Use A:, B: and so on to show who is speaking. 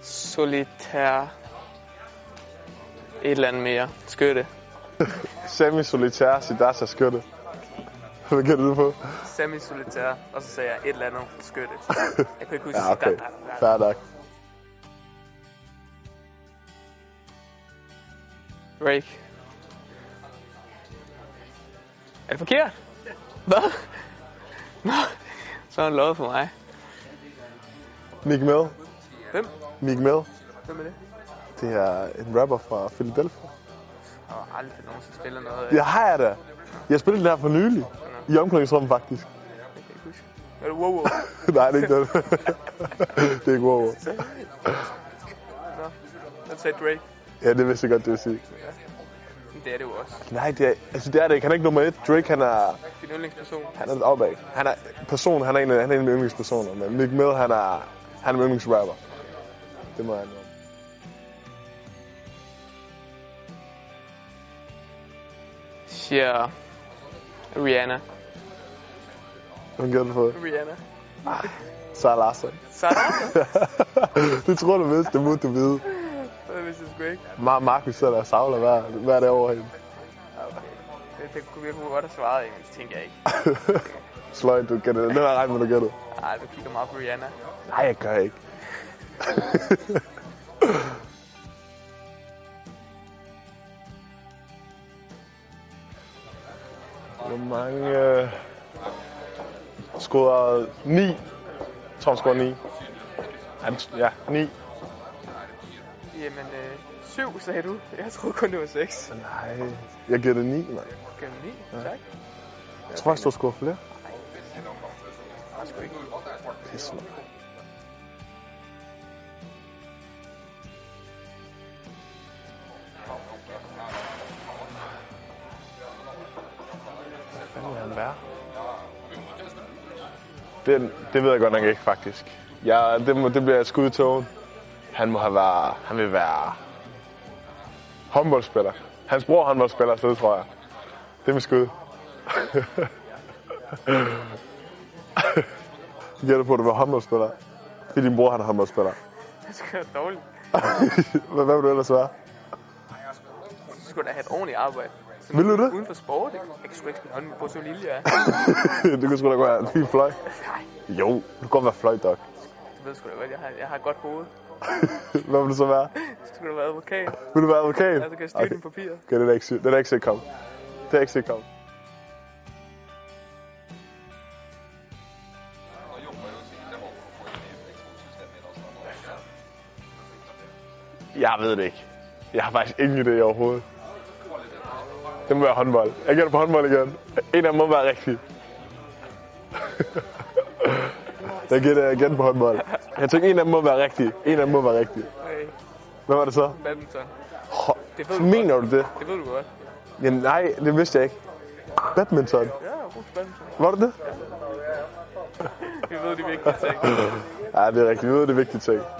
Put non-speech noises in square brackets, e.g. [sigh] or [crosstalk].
A: semi-solitær et eller andet mere. Skøtte.
B: Semi-solitær Siddhartha Skøtte. Hvad kan det på?
A: Semi-solitær, og så sagde jeg et eller andet skøtte.
B: [laughs]
A: Jeg kunne ikke huske,
B: Ja, okay.
A: der- der- der-
B: Fair nok.
A: Drake. Er det forkert? Hvad? Nå, så har han lovet for mig.
B: Meek Mill.
A: Hvem?
B: Meek Mill.
A: Hvem er det?
B: Det er en rapper fra Philadelphia.
A: Jeg har aldrig nogensinde spillet noget.
B: Ja, har jeg da. Jeg spillede det her for nylig. I omklædningsrummet faktisk. [laughs]
A: Jeg kan ikke huske. Er det wow, wow.
B: Nej, det er ikke det. [laughs] det er ikke wow.
A: Nå, han sagde Drake.
B: Ja, det vidste jeg godt, det vil sige.
A: Men det er det jo også.
B: Nej, det er, altså, det er det ikke. Han er ikke nummer et. Drake, han er,
A: Din yndlingsperson.
B: han er lidt opad. Han er person, han er en af, han er en af mine yndlingspersoner. Men Meek Mill, han er, han er min yndlingsrapper. Det må jeg indrømme.
A: Siger Rihanna.
B: Hun gjorde det for
A: Rihanna.
B: Ah, Sarah Larsen. [laughs]
A: Sarah?
B: det tror du vidste, det burde du vide.
A: Det vidste jeg sgu ikke.
B: Mig og Markus sidder der og savler hver, hver dag over hende. [laughs]
A: Det, det kunne vi kunne godt have svaret engelsk, tænker jeg ikke.
B: Sløj, du gætter det. Den er regnet, du gætter.
A: Nej, du kigger meget på Rihanna.
B: Nej, jeg gør ikke. [laughs] Hvor mange... Øh... Scorer 9. Tom scorer 9. Han, ja, 9.
A: Jamen, øh, syv sagde du. Jeg troede kun, det var seks.
B: Nej, jeg giver det 9, mand.
A: Gennem ni, tak. [laughs]
B: Jeg tror faktisk, du har scoret flere.
A: Nej, sgu ikke.
B: Pisse, mand. Hvad fanden vil han være? Det, det ved jeg godt nok ikke, faktisk. Ja, det, må, det bliver et skud i tågen. Han må have været... Han vil være... Håndboldspiller. Hans bror er håndboldspiller, så det tror jeg. Det er mit skud. Jeg gætter på, at du var håndboldspiller. Det er din bror, han er [laughs] håndboldspiller.
A: Det skal være dårligt.
B: hvad, hvad vil du ellers være? [laughs]
A: Du skulle da have et ordentligt arbejde. Sådan
B: Vil du det?
A: Uden for sport, ikke? Jeg kan sgu ikke spille håndbold på så lille, jeg er.
B: det kunne sgu da godt være en fin fløj.
A: Nej,
B: Jo, du kan godt være fløj, [laughs] dog.
A: du ved sgu da godt, jeg har, jeg har et godt hoved.
B: hvad vil du så være?
A: Så skulle du være advokat.
B: Vil du være advokat?
A: Altså, kan jeg styre dine papirer.
B: Okay, det er da ikke, sy- det er da ikke set komme. Det er ikke set komme. Jeg ved det ikke. Jeg har faktisk ingen idé overhovedet. Det må være håndbold. Jeg gætter på håndbold igen. En af dem må være rigtig. [laughs] jeg gætter igen på håndbold. Jeg tænker, en af dem må være rigtig. En af dem må være rigtig.
A: Okay,
B: Hvad var det så?
A: badminton.
B: Hå,
A: Det ved du
B: mener du det?
A: Det ved du godt.
B: Jamen nej, det vidste jeg ikke. Badminton.
A: Ja, jeg har brugt badminton.
B: Var det det?
A: Vi ved de vigtige ting.
B: [laughs] Ja, det er rigtigt. Vi ved, det er vigtige ting.